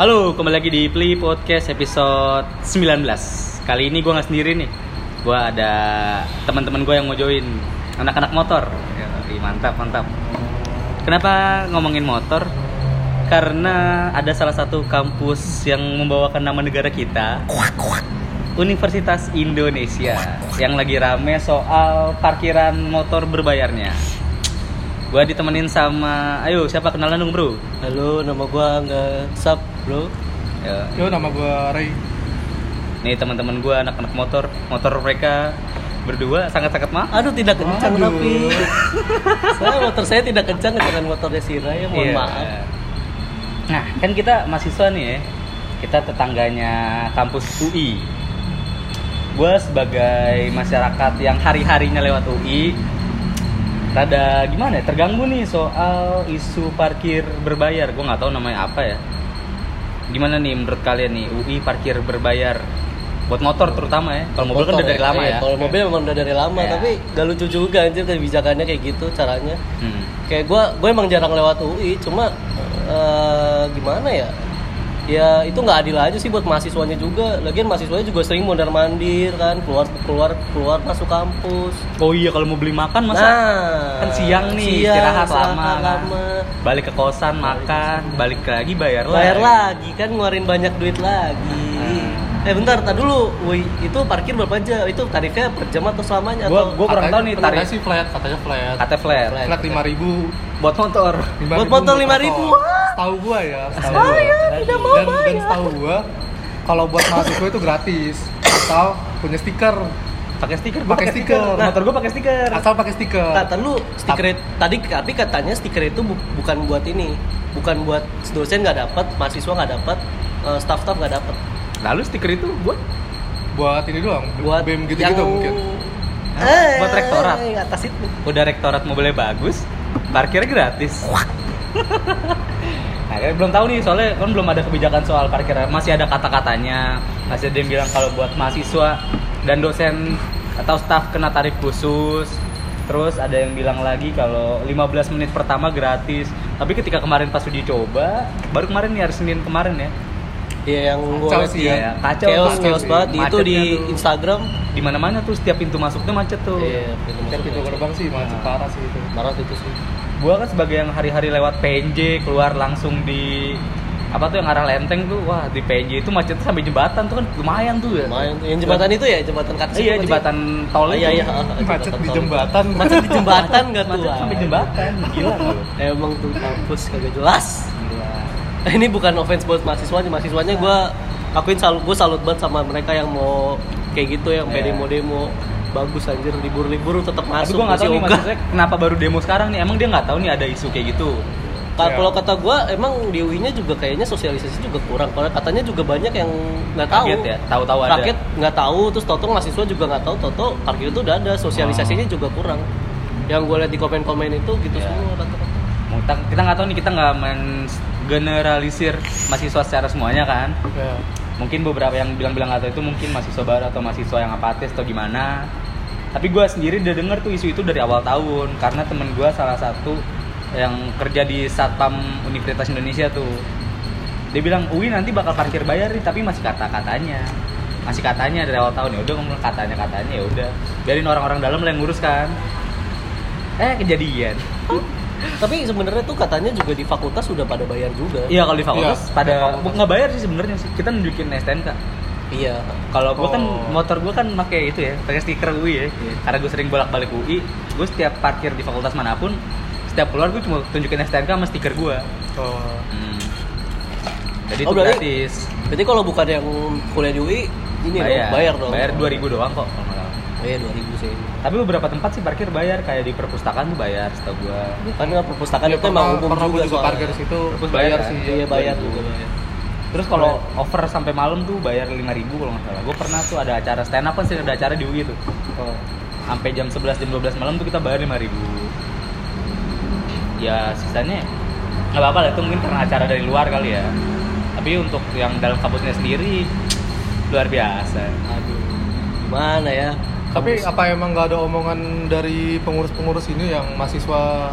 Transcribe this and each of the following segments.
Halo, kembali lagi di Play Podcast episode 19 Kali ini gue nggak sendiri nih Gue ada teman-teman gue yang mau join Anak-anak motor Yoi, Mantap, mantap Kenapa ngomongin motor? Karena ada salah satu kampus yang membawakan nama negara kita Universitas Indonesia Yang lagi rame soal parkiran motor berbayarnya Gue ditemenin sama, ayo siapa kenalan dong bro? Halo, nama gua nggak sub bro. Yoi. Yo, nama gue Ray. Nih teman-teman gue anak-anak motor, motor mereka berdua sangat-sangat mahal. Aduh tidak kencang Aduh. tapi. saya motor saya tidak kencang kencang motornya si Raya, mohon Iya. maaf. Nah kan kita mahasiswa nih ya, kita tetangganya kampus UI. Gue sebagai masyarakat yang hari-harinya lewat UI, rada gimana? ya, Terganggu nih soal isu parkir berbayar. Gue nggak tahu namanya apa ya. Gimana nih menurut kalian nih UI parkir berbayar buat motor terutama ya? Kalau mobil kan Motor udah dari lama Iya, ya. Kalau mobil memang udah dari lama, Iya. tapi gak lucu juga anjir kebijakannya kayak gitu caranya. Hmm. Kayak gua gua emang jarang lewat UI, cuma eh, gimana ya? Ya itu nggak adil aja sih buat mahasiswanya juga. Lagian mahasiswanya juga sering mondar mandir kan, keluar keluar keluar masuk kampus. Oh iya kalau mau beli makan masa Nah. kan siang nih siang, istirahat lama, istirahat kan. lama. balik ke kosan makan balik lagi bayar lagi. Bayar lagi kan ngeluarin banyak duit lagi. Hmm. Eh bentar, tar dulu. Woi, itu parkir berapa aja? Itu tarifnya per jam atau selamanya Gua- atau gua kurang tahu nih Katanya tarif sih flat, katanya flat. kata flat Flat. Flat lima ribu. buat motor Buat motor 5.000, wah. Tahu gue ya. Setahu Bayar, gua. tidak mau dan, Dan bayar. setahu gue, kalau buat mahasiswa itu gratis. Atau punya stiker, pakai stiker gua Pakai stiker. Nah, motor gue pakai stiker asal pakai stiker. Nah, tar dulu stiker it- tadi tapi katanya stiker itu bu- bukan buat ini. Bukan buat dosen nggak dapat, mahasiswa nggak dapat, eh, staff-staff nggak dapat. lalu stiker itu buat Buat ini doang, buat BEM yang- gitu-gitu mungkin. Eh, Buat rektorat. eh, atas itu. udah rektorat mobilnya bagus parkirnya gratis Nah, kalian belum tahu nih soalnya kan belum ada kebijakan soal parkir masih ada kata-katanya masih ada yang bilang kalau buat mahasiswa dan dosen atau staff kena tarif khusus terus ada yang bilang lagi kalau 15 menit pertama gratis tapi ketika kemarin pas udah dicoba baru kemarin nih hari Senin kemarin ya Iya yang gua Kacau lihat sih ya. Iya, kacau chaos, tuh. chaos banget itu Macetnya di tuh. Instagram. di mana mana tuh setiap pintu masuknya macet tuh Iya, pintu Kan masuk pintu macet. gerbang sih macet gitu. Nah. parah sih itu. Marah itu sih. gua kan sebagai yang hari-hari lewat PNJ keluar langsung di apa tuh yang arah lenteng tuh wah di PNJ itu macetnya sampai jembatan tuh kan lumayan tuh ya Lumayan. Yang jembatan itu ya, jembatan kata iya jembatan tol Oh, iya, itu. iya. ah, ah, Macet jembatan di tol. jembatan. Macet di jembatan nggak tuh? Eh, macet sampai jembatan gila lu Emang tuh kampus kagak jelas. Eh, Ini bukan offense buat mahasiswanya, mahasiswanya gue akuin salut gue salut banget sama mereka yang mau kayak gitu yang Iya. pengen demo-demo bagus anjir libur-libur tetap tapi masuk gua nggak tahu masih nih ogah. maksudnya kenapa baru demo sekarang nih emang dia nggak tahu nih ada isu kayak gitu Ka- Iya. Kalau kata gue emang di UI-nya juga kayaknya sosialisasi juga kurang. Karena katanya juga banyak yang nggak tahu. Kaget ya tahu-tahu ada Rakyat nggak tahu, terus Toto mahasiswa juga nggak tahu. Toto parkir itu udah ada, sosialisasinya juga kurang. Yang gue lihat di komen-komen itu gitu Iya. semua rata-rata. Mau kita- kita nggak tahu nih kita nggak men generalisir mahasiswa secara semuanya kan Ya. mungkin beberapa yang bilang-bilang nggak tahu itu mungkin mahasiswa baru atau mahasiswa yang apatis atau gimana tapi gue sendiri udah denger tuh isu itu dari awal tahun karena temen gue salah satu yang kerja di satpam Universitas Indonesia tuh dia bilang UI nanti bakal parkir bayar nih tapi masih kata katanya masih katanya dari awal tahun ya udah ngomong katanya katanya ya udah biarin orang-orang dalam lah yang ngurus kan eh kejadian Tapi sebenarnya tuh katanya juga di fakultas sudah pada bayar juga. iya kalau di fakultas Iya, pada di fakultas. nggak bayar sih sebenarnya sih kita nunjukin STNK Iya. Kalau gue kan Oh. motor gue kan pakai itu ya, pakai stiker UI ya. Iya. Karena gue sering bolak-balik UI, gue setiap parkir di fakultas manapun, setiap keluar gue cuma tunjukin STNK sama stiker gue. Oh. Jadi itu Hmm. Oh, berarti gratis. Berarti kalau bukan yang kuliah di UI ini bayar, dong, bayar dong. Bayar 2000 doang kok kalau nggak salah. Iya 2000 sih. Tapi beberapa tempat sih parkir bayar, kayak di perpustakaan tuh bayar setahu gue. Bukan Kan nggak perpustakaan Ya, itu emang pernah- umum pernah gua juga, juga soalnya. parkir di situ Terus bayar bayar kan? sih. ya. Iya bayar juga. Terus kalau over sampai malam tuh bayar 5000 kalau nggak salah. Gue pernah tuh ada acara stand up kan sering ada acara di UI tuh. Oh. sampai jam 11 jam 12 malam tuh kita bayar 5000 ya sisanya nggak apa-apa lah itu mungkin karena acara dari luar kali ya tapi untuk yang dalam kampusnya sendiri luar biasa Aduh. Gimana ya? Tapi Kampus- apa emang nggak ada omongan dari pengurus-pengurus ini yang mahasiswa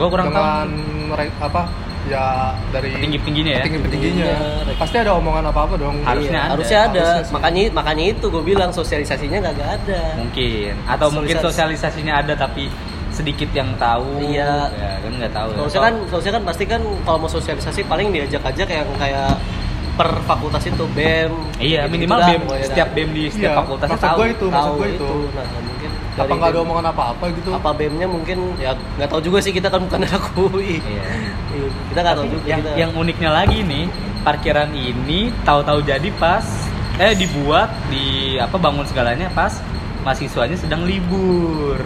gue kurang tahu dengan re- apa ya dari Petinggi-petingginya ya? Petinggi-petingginya. Pasti ada omongan apa apa dong. Harusnya Iya, ada. harusnya ada. Harusnya sih. makanya makanya itu gue bilang sosialisasinya nggak ada. mungkin atau mungkin Sosialis- sosialisasinya ada tapi sedikit yang tahu Iya. ya, kan nggak tahu ya. Harusnya kan harusnya kan pasti kan kalau mau sosialisasi paling diajak ajak yang kayak per fakultas itu BEM. iya gitu-gitu minimal lah, BEM pokoknya kan. setiap BEM di setiap Iya, fakultas maksud tahu gua itu, maksud Tahu gue itu. Nah, mungkin Apa dari nggak ada BEM. omongan apa-apa gitu? apa BEM-nya mungkin ya nggak tahu juga sih kita kan bukan anak UI. Iya. Iya, Kita nggak tahu juga. yang kita. yang uniknya lagi nih parkiran ini tahu-tahu jadi pas eh dibuat di apa bangun segalanya pas mahasiswanya sedang libur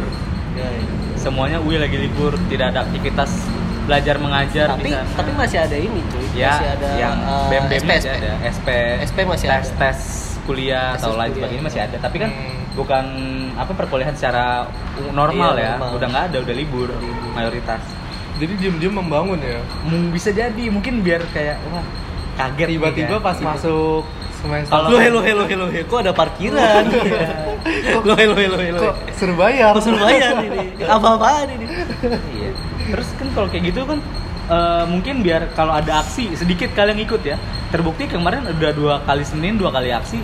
Iya, iya. semuanya UI lagi libur tidak ada aktivitas belajar mengajar tapi di sana. tapi masih ada ini cuy. ya masih ada yang eh, BEM BEM E SP, masih ada SP SP masih tes ada. tes kuliah atau Tes lain kuliah. sebagainya masih ada tapi kan Hmm. bukan apa perkuliahan secara normal Iya, ya normal. udah nggak ada udah libur mayoritas Jadi diem-diem membangun Iya, ya. M- bisa jadi mungkin biar kayak wah kaget nih Tiba-tiba kan. pas masuk semester Kalau- Loh, hello, hello, hello, hello, kok ada parkiran? Loh, hello, hello, hello. kok Surabaya? Kok Surabaya ini? Apa-apaan ini? Iya. Terus kan kalau kayak gitu kan eh, mungkin biar kalau ada aksi sedikit kalian ikut ya. Terbukti kemarin udah dua kali Senin dua kali aksi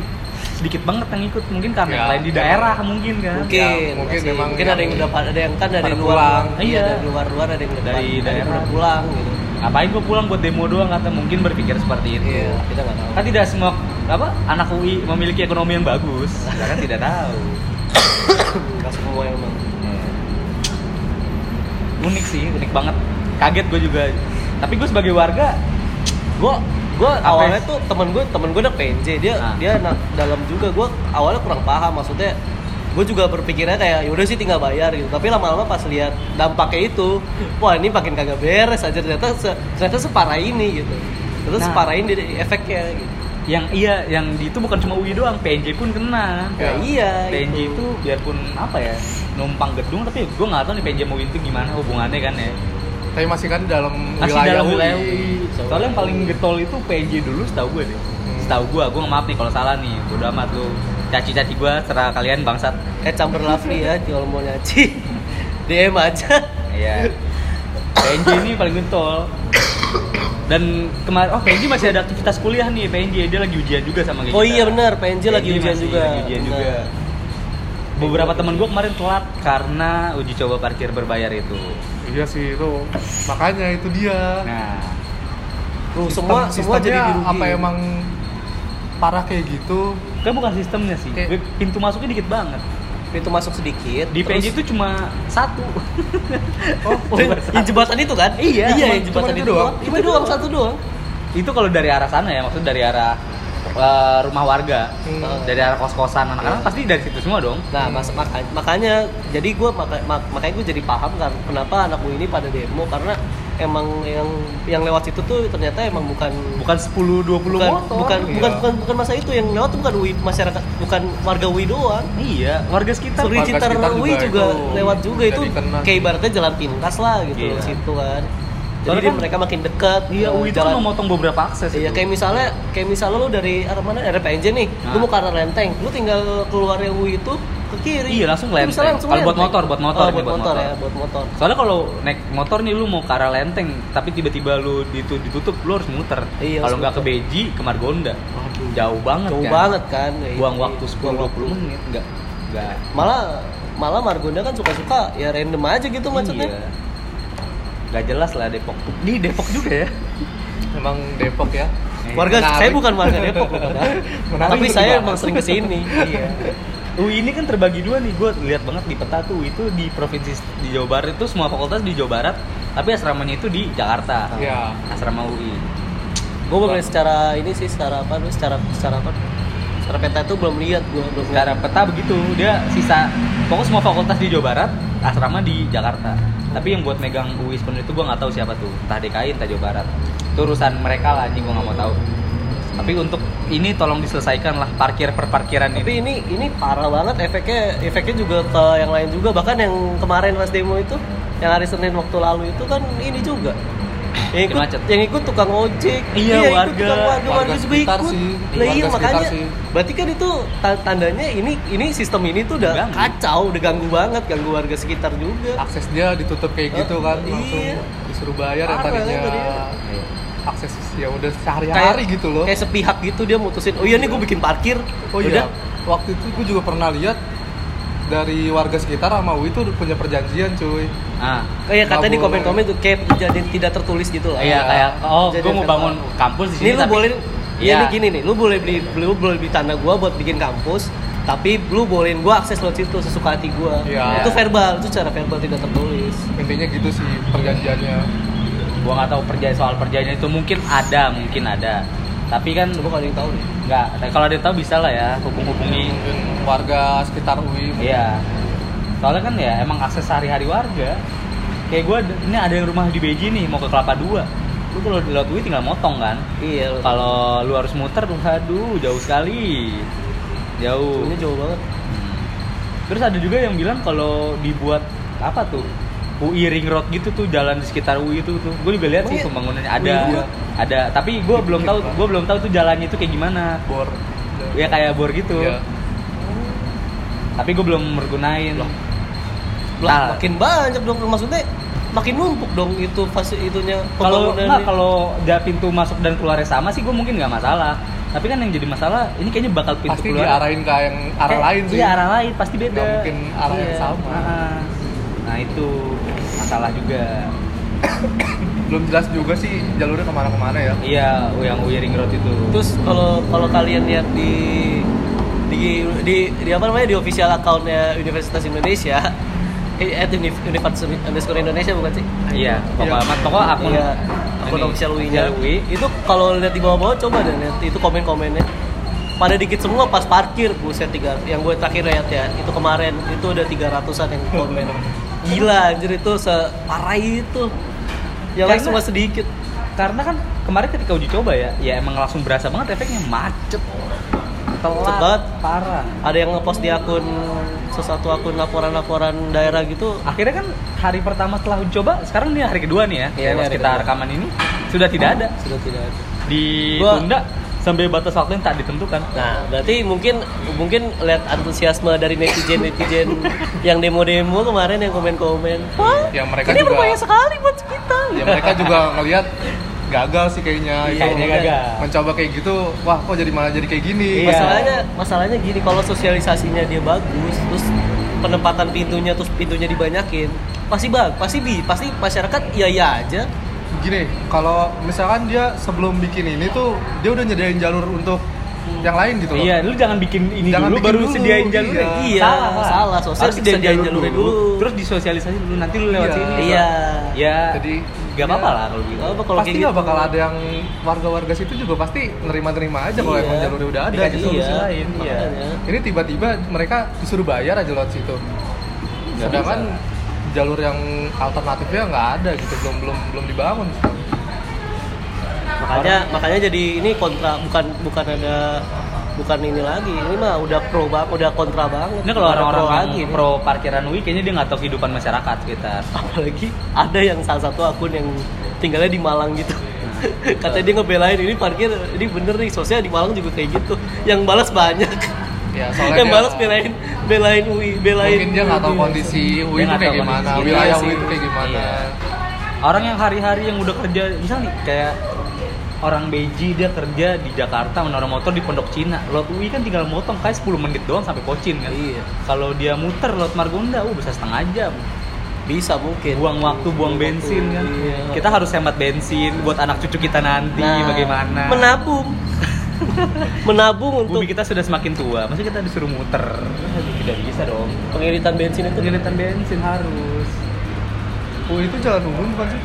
sedikit banget yang ikut mungkin karena Ya, yang lain di ya. daerah mungkin kan. Mungkin, mungkin Ya, masih- memang mungkin yang- ada yang udah pada- ada yang kan dari pada luar, pulang. Iya. iya dari luar luar ada yang udah Dari ada yang daerah. udah pulang gitu. Apain gue pulang buat demo doang kata mungkin berpikir seperti itu. Iya, kita nggak tahu. Kan tidak semua apa anak UI memiliki ekonomi yang bagus. Kita kan tidak tahu. Nggak semua emang. Hmm. unik sih unik banget kaget gue juga tapi gue sebagai warga Gua gua Apa awalnya ya? tuh temen gue temen gue anak PNJ dia Ah. dia anak dalam juga gua awalnya kurang paham maksudnya gue juga berpikirnya kayak yaudah sih tinggal bayar gitu tapi lama-lama pas lihat dampaknya itu wah ini makin kagak beres aja ternyata se- ternyata separah ini gitu terus Nah. separah ini di- efeknya gitu. yang iya yang di itu bukan cuma UI doang PNJ pun kena Ya, Ya. iya. PNJ gitu. itu biarpun apa ya numpang gedung tapi gue nggak tahu nih PNJ mau itu gimana hubungannya kan ya Tapi masih kan dalam masih wilayah dalam UI. wilayah UI. soalnya yang paling getol itu PNJ dulu setahu gue deh setahu gue gue maaf nih kalau salah nih bodo amat lu caci-caci gue serah kalian bangsat Eh Chamber Lovely ya kalau mau nyaci DM aja. iya PNJ ini paling getol dan kemarin oh PNJ masih ada aktivitas kuliah nih PNJ dia lagi ujian juga sama kayak Oh kita. iya benar, PNJ lagi PNJ ujian masih juga. lagi ujian juga. Benar. Beberapa teman gue kemarin telat karena uji coba parkir berbayar itu. Iya sih itu. Makanya itu dia. Nah, Tuh, Sistem- semua semua jadi sistemnya dirugi. apa emang parah kayak gitu kan bukan sistemnya sih. Oke. Pintu masuknya dikit banget. Pintu masuk sedikit. Di PNJ itu cuma satu. oh iya. yang jembatan itu kan? Iya, iya cuman- yang jembatan cuman itu itu doang. doang. Itu doang satu doang. itu kalau dari arah sana ya, maksudnya dari arah eh, rumah warga, Hmm. dari arah kos-kosan anak-anak Iya. pasti dari situ semua dong. Nah, mas, maka- makanya jadi gue makanya gue jadi paham kan kenapa anak gue ini pada demo karena emang yang yang lewat situ tuh ternyata emang bukan Bukan 10 20 bukan motor. bukan, iya. bukan bukan bukan masa itu yang lewat tuh bukan UI masyarakat bukan warga UI doang Iya, warga sekitar. Suri Warga Citer sekitar juga UI juga, itu lewat juga udah itu dikenal. kayak ibaratnya jalan pintas lah gitu Iya. situ kan. Soalnya Jadi dia- kan- mereka makin dekat. Iya, eh, UI itu kan memotong beberapa akses. itu. Iya, kayak misalnya kayak misalnya lu dari arah mana? Dari PNJ nih. Lu Nah. mau ke arah Lenteng, lu tinggal keluar yang UI itu ke kiri. Iya, langsung Lu bisa Lenteng. langsung Kalau buat Lenteng. motor, buat motor Oh, ini, buat, buat motor, motor. ya, buat motor. Soalnya kalau naik motor nih lu mau ke arah Lenteng, tapi tiba-tiba lu ditu- ditutup, lu harus muter. Iya, kalau harus nggak ke muter. Beji, ke Margonda. Jauh banget Jauh kan. banget kan. ya itu. Buang waktu Buang 10 20 menit enggak enggak. Malah malah Margonda kan suka-suka ya random aja gitu macetnya. Iya. Nggak jelas lah Depok. Di Depok juga ya. emang Depok ya Iya. Warga Menarik. saya bukan warga Depok bukan. ah. Menarik Tapi itu saya dibahas. emang sering ke sini. Iya. UI ini kan terbagi dua nih, gue lihat banget di peta tuh UI itu di provinsi di Jawa Barat itu semua fakultas di Jawa Barat, tapi asramanya itu di Jakarta. Iya. Asrama UI. gue belum lihat secara ini sih secara apa lu secara secara apa secara peta itu belum lihat gue belum Secara lihat. peta begitu, dia sisa pokoknya semua fakultas di Jawa Barat, asrama di Jakarta. Tapi yang buat megang UI sepenuh itu gue nggak tahu siapa tuh, entah DKI, entah Jawa Barat. Itu urusan mereka lah, anjing gue nggak mau tahu. Tapi untuk ini tolong diselesaikan lah parkir per parkiran tapi ini. ini ini parah banget efeknya efeknya juga ke yang lain juga bahkan yang kemarin pas demo itu yang hari Senin waktu lalu itu kan ini juga yang Bikin ikut, macet. yang ikut tukang ojek Iya, yang ikut warga. tukang warga, warga Warga juga sekitar ikut sih. Lah iya Warga sekitar makanya sih. berarti kan itu ta- tandanya ini ini sistem ini tuh udah Ganggu. kacau udah ganggu banget ganggu warga sekitar juga akses dia ditutup kayak gitu kan Iya. langsung disuruh bayar yang Parah kan tadinya tadi. akses ya udah sehari-hari gitu loh kayak sepihak gitu dia mutusin oh iya nih gue bikin parkir oh Udah. iya waktu itu gue juga pernah lihat dari warga sekitar sama UI itu punya perjanjian cuy ah Kayak kata Oh iya, di Nggak boleh. komen-komen tuh kayak jadi tidak tertulis gitu lah. iya Ah. kayak oh Jadi gue mau kenal. bangun kampus di sini Ini lu tapi- boleh Iya. Iya. Ini gini nih, lu boleh beli lu boleh beli tanah gua buat bikin kampus, tapi lu bolehin gua akses lewat situ sesuka hati gua. Iya. Itu verbal, itu cara verbal tidak tertulis. intinya gitu sih perjanjiannya gua nggak tahu perjanjian soal perjanjian itu mungkin ada mungkin ada tapi kan Coba kalau ada yang tahu nih. nggak tapi kalau ada yang tahu bisa lah ya hubung hubungi mungkin warga sekitar UI iya soalnya kan ya emang akses sehari-hari warga kayak gua ada- ini ada yang rumah di Beji nih mau ke Kelapa 2 lu kalau lewat UI tinggal motong kan Iya. lu- kalau lu harus muter aduh jauh sekali jauh Hmm. Ini Iya, jauh banget. Terus ada juga yang bilang kalau dibuat apa tuh? UI Ring Road gitu tuh jalan di sekitar UI itu tuh. Gue juga lihat sih Emang iya? pembangunannya UI ada Road? ada tapi gue belum tahu gue belum tahu tuh jalannya itu kayak gimana. bor Ya kayak bor gitu. Iya. Tapi gue belum mergunain. Lah, Nah. makin banyak dong maksudnya makin numpuk dong itu fase itunya Kalau nggak pembangunannya. kalau da- pintu masuk dan keluarnya sama sih gue mungkin nggak masalah. Tapi kan yang jadi masalah ini kayaknya bakal pintu pasti keluar. diarahin ke yang arah Eh, lain sih Iya, arah lain pasti beda. Nggak mungkin arah yang sama. Ah. Nah, itu masalah juga. belum jelas juga sih jalurnya kemana-kemana ya Iya, yang UI Ring Road itu. Terus kalau kalau kalian lihat di di di, di apa namanya di official accountnya Universitas Indonesia eh, at univ- universitas underscore Indonesia bukan sih? Iya, pokoknya Iya. amat pokoknya akun Iya, akun ini, official UI-nya. official UI. Itu kalau lihat di bawah-bawah coba dan lihat itu komen-komennya. Pada dikit semua pas parkir buset tiga yang gue terakhir lihat ya itu kemarin itu udah 300-an yang komen. Gila anjir itu separah itu. Yang lain Karena- cuma sedikit. Karena kan kemarin ketika uji coba ya, ya emang langsung berasa banget efeknya macet. Telat, banget. parah. ada yang ngepost di akun sesuatu akun laporan-laporan daerah gitu Akhirnya kan hari pertama setelah uji coba, sekarang ini hari kedua nih ya. Iya, ini pas hari kita kedua. rekaman ini sudah tidak ada. sudah tidak ada Ditunda sampai batas waktu yang tak ditentukan. nah berarti mungkin mungkin lihat antusiasme dari netizen netizen yang demo-demo kemarin yang komen-komen Iya. wah Ya, mereka ini juga- berbahaya sekali buat kita ya mereka juga ngelihat gagal sih Iya, kayaknya Itu kayaknya gagal. mencoba kayak gitu wah kok jadi malah jadi kayak gini Iya. masalahnya masalahnya gini kalau sosialisasinya dia bagus terus penempatan pintunya terus pintunya dibanyakin pasti bag pasti bi pasti masyarakat iya iya aja gini kalau misalkan dia sebelum bikin ini tuh dia udah nyediain jalur untuk yang lain gitu loh Iya, lu jangan bikin ini Jangan dulu bikin baru dulu, sediain jalurnya. iya. Salah, salah. Sosial Harus disediain disediain jalurnya dulu. Terus disosialisasi dulu nanti lu lewat Iya. sini. iya Ya. Jadi Jadi, gak ya. apa-apa lah kalau gitu. Nggak apa-apa kalau pasti kayak nggak gitu. bakal ada yang warga-warga situ juga pasti nerima-nerima aja kalau Iya. emang jalurnya udah ada Dikasih gitu solusi lain, iya. makanya. ini tiba-tiba mereka disuruh bayar aja lewat situ Nggak sedangkan bisa. jalur yang alternatifnya nggak ada gitu belum belum belum dibangun makanya makanya jadi ini kontra bukan bukan ada bukan ini lagi ini mah udah pro banget udah kontra banget Ini kalau Bukan orang-orang pro lagi lagi nih. pro parkiran UI kayaknya dia nggak tahu kehidupan masyarakat sekitar. apalagi ada yang salah satu akun yang tinggalnya di Malang gitu katanya dia ngebelain ini parkir ini bener nih sosial di Malang juga kayak gitu yang balas banyak ya soalnya yang dia- balas belain belain UI belain Iya. mungkin dia nggak tahu UI. kondisi UI gitu. Dia itu nggak kayak tahu gimana kondisi. wilayah Iya UI sih. itu kayak gimana Iya. Orang yang hari-hari yang udah kerja, misal nih kayak orang Beji dia kerja di Jakarta menaruh motor di Pondok Cina. Lot UI kan tinggal motong kayak 10 menit doang sampai Pocin kan. iya Kalau dia muter lot Margonda, uh bisa setengah jam. bisa mungkin Buang waktu, buang waktu, bensin kan. iya. Kita harus hemat bensin buat anak cucu kita nanti Nah, bagaimana. menabung menabung untuk Bumi kita sudah semakin tua, masa kita disuruh muter? Tidak bisa dong. pengiritan bensin itu Penyelidikan bensin harus. UI itu jalan umum bukan sih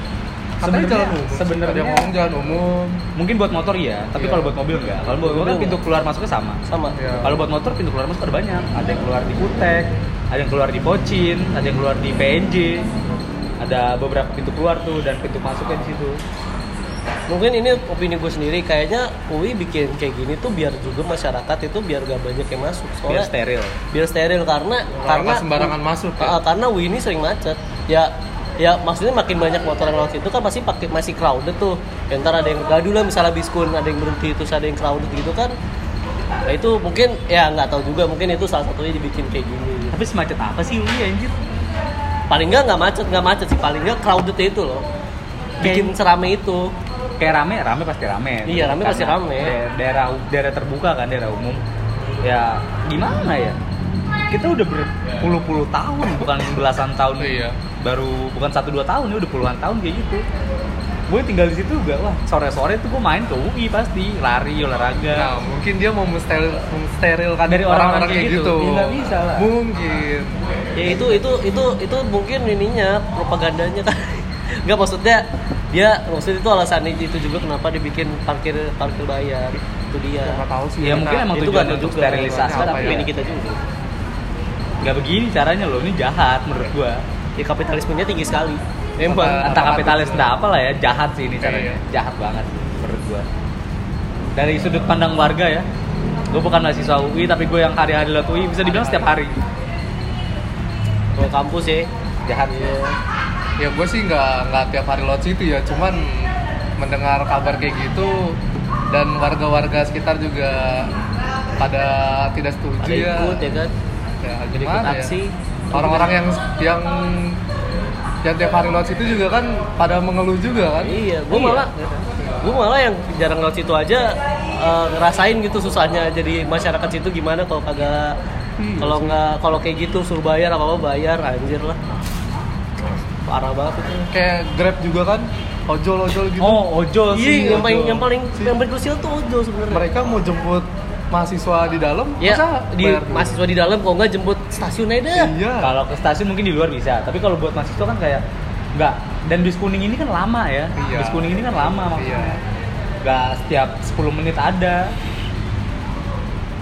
katanya Sebenarnya- jalan umum sih. sebenarnya- ada yang ngomong jalan umum Mungkin buat motor iya, tapi Iya. kalau buat mobil enggak. Kalau buat mobil kan Mobil pintu keluar masuknya sama. sama Iya. Kalau buat motor pintu keluar masuk ada banyak. Ada yang keluar di Kutek, ada yang keluar di Pocin, ada yang keluar di PNJ. Ada beberapa pintu keluar tuh dan pintu masuknya di situ. mungkin ini opini gue sendiri kayaknya UI bikin kayak gini tuh biar juga masyarakat itu biar gak banyak yang masuk Biar soalnya biar steril. steril, karena Orang karena nggak sembarangan masuk ya. Ah, karena UI ini sering macet ya ya maksudnya makin banyak motor yang lewat itu kan pasti pakai masih crowded tuh ya, ntar ada yang gaduh lah misalnya biskun ada yang berhenti terus ada yang crowded gitu kan nah itu mungkin ya nggak tahu juga mungkin itu salah satunya dibikin kayak gini Tapi semacet apa sih UI anjir? paling nggak nggak macet nggak macet sih paling nggak crowded itu loh bikin serame itu kayak rame rame pasti rame Iya, rame pasti Karena rame. da- daerah daerah terbuka kan daerah umum ya gimana ya kita udah berpuluh-puluh tahun bukan belasan tahun Iya. baru bukan satu dua tahun ya udah puluhan tahun kayak gitu gue tinggal di situ juga wah sore-sore tuh gue main ke UI pasti lari Nah, olahraga mungkin dia mau mensteril, mensterilkan Ya. Dari orang-orang kayak gitu. Iya, Nggak nggak bisa lah. Mungkin. ya itu itu itu itu mungkin ininya propagandanya kan nggak maksudnya dia maksudnya itu alasannya itu juga kenapa dibikin parkir parkir bayar itu dia Nggak tahu sih. ya mungkin Nah, emang itu tujuan nggak untuk juga. sterilisasi Nggak Sekarang tapi ya? ini kita juga nggak begini caranya loh ini jahat menurut gue ya kapitalismenya tinggi sekali Apa- memang entah kapitalis entah apalah ya jahat sih ini caranya Iya. jahat banget menurut gua dari sudut pandang warga ya gua bukan mahasiswa UI tapi gua yang hari-hari lewat UI bisa dibilang setiap hari kalau kampus ya jahat Iya. Ya gue sih nggak nggak tiap hari lewat situ ya. Cuman mendengar kabar kayak gitu dan warga-warga sekitar juga pada tidak setuju ada ya. ikut ya kan Ya, Jadi gimana ikut ya? aksi. Orang-orang yang yang yang tiap hari lewat situ juga kan pada mengeluh juga kan. iya gue Iya. malah gue malah yang jarang lewat situ aja eh, ngerasain gitu susahnya jadi masyarakat situ gimana kalau kagak Iya kalau nggak kalau kayak gitu suruh bayar apa apa bayar anjir lah parah banget itu Kayak Grab juga kan ojol-ojol gitu. oh ojol sih iya yang paling ojol. yang paling Si- yang paling krusial tuh ojol sebenarnya mereka mau jemput mahasiswa di dalam ya masa di bayar dulu? mahasiswa di dalam kalau nggak jemput stasiun aja dah iya kalau ke stasiun mungkin di luar bisa tapi kalau buat mahasiswa kan kayak nggak dan bis kuning ini kan lama ya Iya. bis kuning ini kan lama iya maksudnya nggak setiap 10 menit ada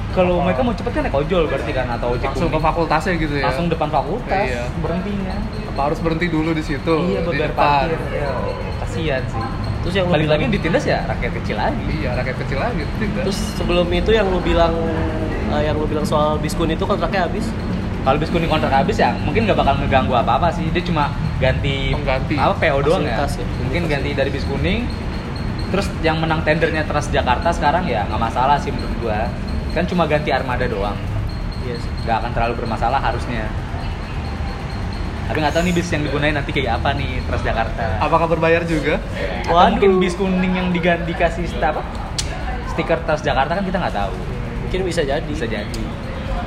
kalau Apa? mereka mau cepet kan naik ojol berarti kan atau ojek langsung ke kuning. fakultasnya gitu ya langsung depan fakultas Iya. berhentinya Apa harus berhenti dulu di situ iya di beber depan parkir Iya, kasihan sih terus yang lu balik lagi bilang- ditindas ya rakyat kecil lagi iya rakyat kecil lagi tidak terus sebelum itu yang lu bilang eh, yang lu bilang soal biskun itu kontraknya habis kalau bis kuning kontrak habis ya mungkin nggak bakal ngeganggu apa apa sih dia cuma ganti Pengganti. apa PO doang ya Fasilitas ya. mungkin ganti dari bis kuning terus yang menang tendernya Transjakarta sekarang ya nggak masalah sih menurut gua kan cuma ganti armada doang iya sih nggak akan terlalu bermasalah harusnya tapi nggak tahu nih bis yang digunain nanti kayak apa nih Transjakarta apakah berbayar juga atau Waduh. mungkin bis kuning yang diganti kasih st- apa stiker Transjakarta kan kita nggak tahu mungkin bisa jadi bisa jadi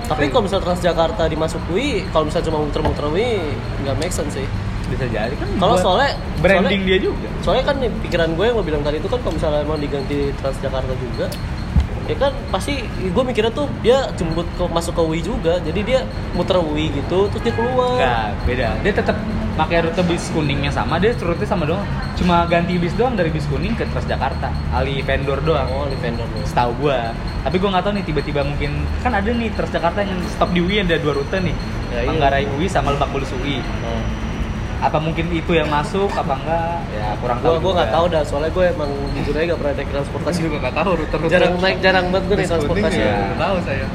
Tapi kalau misal Transjakarta dimasuk UI, kalau misal cuma muter-muter UI, nggak make sense sih. bisa jadi kan Kalau buat soalnya- branding soalnya- dia juga Soalnya kan nih, pikiran gue yang gue bilang tadi itu kan kalau misalnya emang diganti Transjakarta juga, ya kan pasti gue mikirnya tuh dia jemput ke, masuk ke UI juga, jadi dia muter UI gitu, terus dia keluar. Enggak, beda. Dia tetap pakai rute bis kuningnya sama, dia rute sama doang. Cuma ganti bis doang dari bis kuning ke Transjakarta. Ali vendor doang. Oh, di vendor lu. Setahu gua. Tapi gua nggak tahu nih tiba-tiba mungkin kan ada nih Transjakarta yang stop di UI ada dua rute nih. Ya, iya. Manggarai UI sama Lebak Bulus UI. Nah, Apa mungkin itu yang masuk apa enggak? Ya kurang gue gue juga. nggak tahu dah, soalnya gue emang jujur aja nggak pernah naik Saya transportasi. juga nggak tahu rute rute Jarang naik, jarang banget gue naik transportasi. ya ya. nggak tahu saya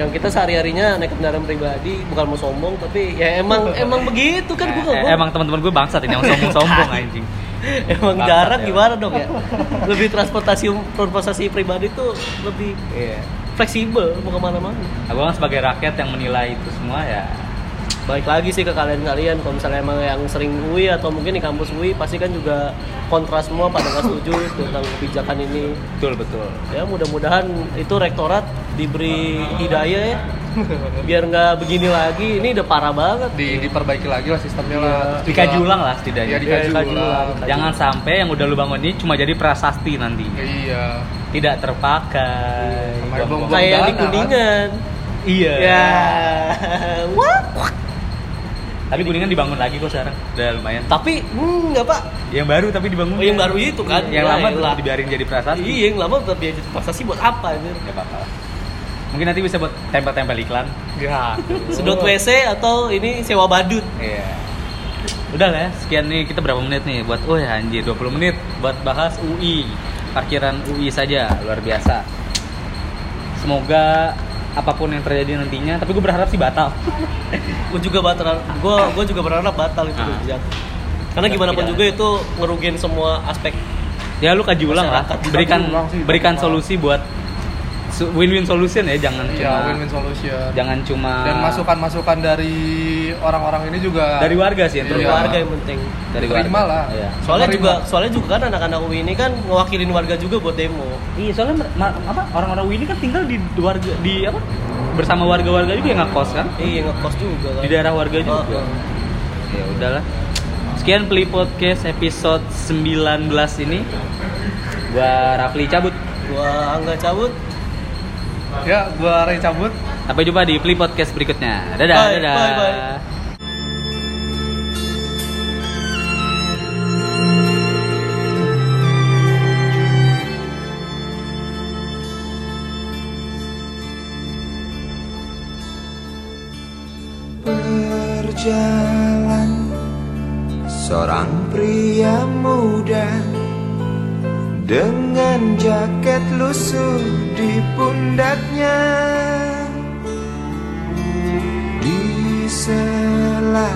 Yang kita sehari-harinya naik kendaraan pribadi, bukan mau sombong, tapi ya emang emang begitu kan gue nggak- Eh, gue- emang teman-teman gue bangsat ini yang sombong-sombong anjing. Emang Bangsat jarak ya. gimana dong ya? Lebih transportasi um, transportasi pribadi tuh lebih Iya. fleksibel mau kemana-mana. Nah, gua kan sebagai rakyat yang menilai itu semua ya Baik lagi sih ke kalian-kalian, kalau misalnya emang yang sering UI atau mungkin di kampus UI pasti kan juga kontras semua pada nggak setuju tentang kebijakan ini. betul betul. Ya mudah-mudahan itu rektorat diberi hidayah ya, biar nggak begini lagi. Ini udah parah banget. di diperbaiki lagi lah Iya. sistemnya lah Terus juga- Dikaji ulang lah Iya, setidaknya. dikaji Dikaji ulang Ya, ulang. Jangan sampai yang udah lu bangun ini cuma jadi prasasti nantinya. iya Tidak terpakai. Iya. Sama Buang-buang. belum- belum- Kayak yang di dana, kan? kuningan. Iya. Ya, wah. Tapi kuningan dibangun lagi kok sekarang. Udah lumayan. Tapi hmm, nggak pak? Yang baru tapi dibangun. Oh, yang baru itu kan? Yang Ya, lama elah. tetap dibiarin jadi prasasti. Iya, yang lama tetap diajak prestasi buat apa anjir? Nggak apa-apa. lah. Mungkin nanti bisa buat tempel-tempel iklan. ya Sedot WC atau ini sewa badut? Iya. Udah lah ya, sekian nih kita berapa menit nih buat oh ya anjir 20 menit buat bahas UI. Parkiran UI saja, luar biasa. Semoga apapun yang terjadi nantinya, tapi gue berharap sih batal. Gue juga batal. Gue gue juga berharap batal itu Ah. kebijakan. Karena gimana pun juga itu ngerugiin semua aspek ya lu kaji ulang lah Masyarakat. berikan Kaji ulang sih, berikan masalah. solusi buat su- win-win solution ya jangan Iya, cuma win-win solution. jangan cuma Dan masukan-masukan dari orang-orang ini juga Dari warga sih yang dari Iya. warga yang penting. dari diterima warga. lah. Iya. Soalnya Menerima. juga soalnya juga kan anak-anak UI ini kan ngewakilin warga juga buat demo. Iya soalnya mer- ma- apa orang-orang Wini kan tinggal di di warga di apa bersama warga-warga juga yang ngekos kan Iya, ngekos juga kan. di daerah warga juga. Oh, oh. Ya udahlah. Sekian Peli Podcast episode 19 ini. Gua Rafli cabut. Gua Angga cabut. Ya, gua Ray cabut. Sampai jumpa di Peli Podcast berikutnya. Dadah, Bye, dadah. bye, bye. berjalan seorang pria muda dengan jaket lusuh di pundaknya di sela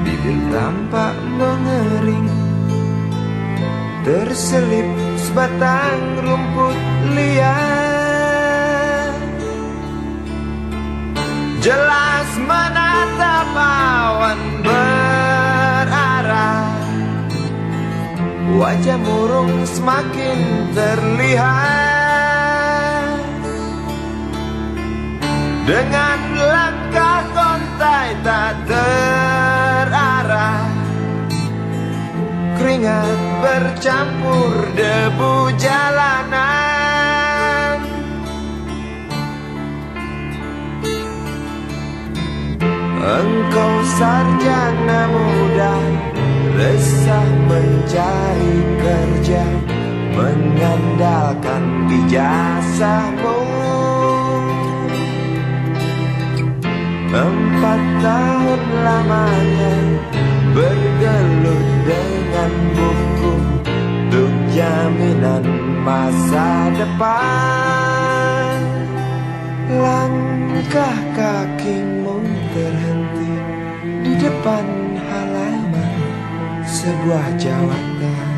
bibir tampak mengering terselip sebatang rumput liar jelas menatap awan berarah Wajah murung semakin terlihat Dengan langkah kontai tak terarah Keringat bercampur debu jalanan Engkau sarjana muda Resah mencari kerja Mengandalkan ijazahmu Empat tahun lamanya Bergelut dengan buku Untuk jaminan masa depan Langkah kakimu terhenti di depan halaman sebuah jawatan.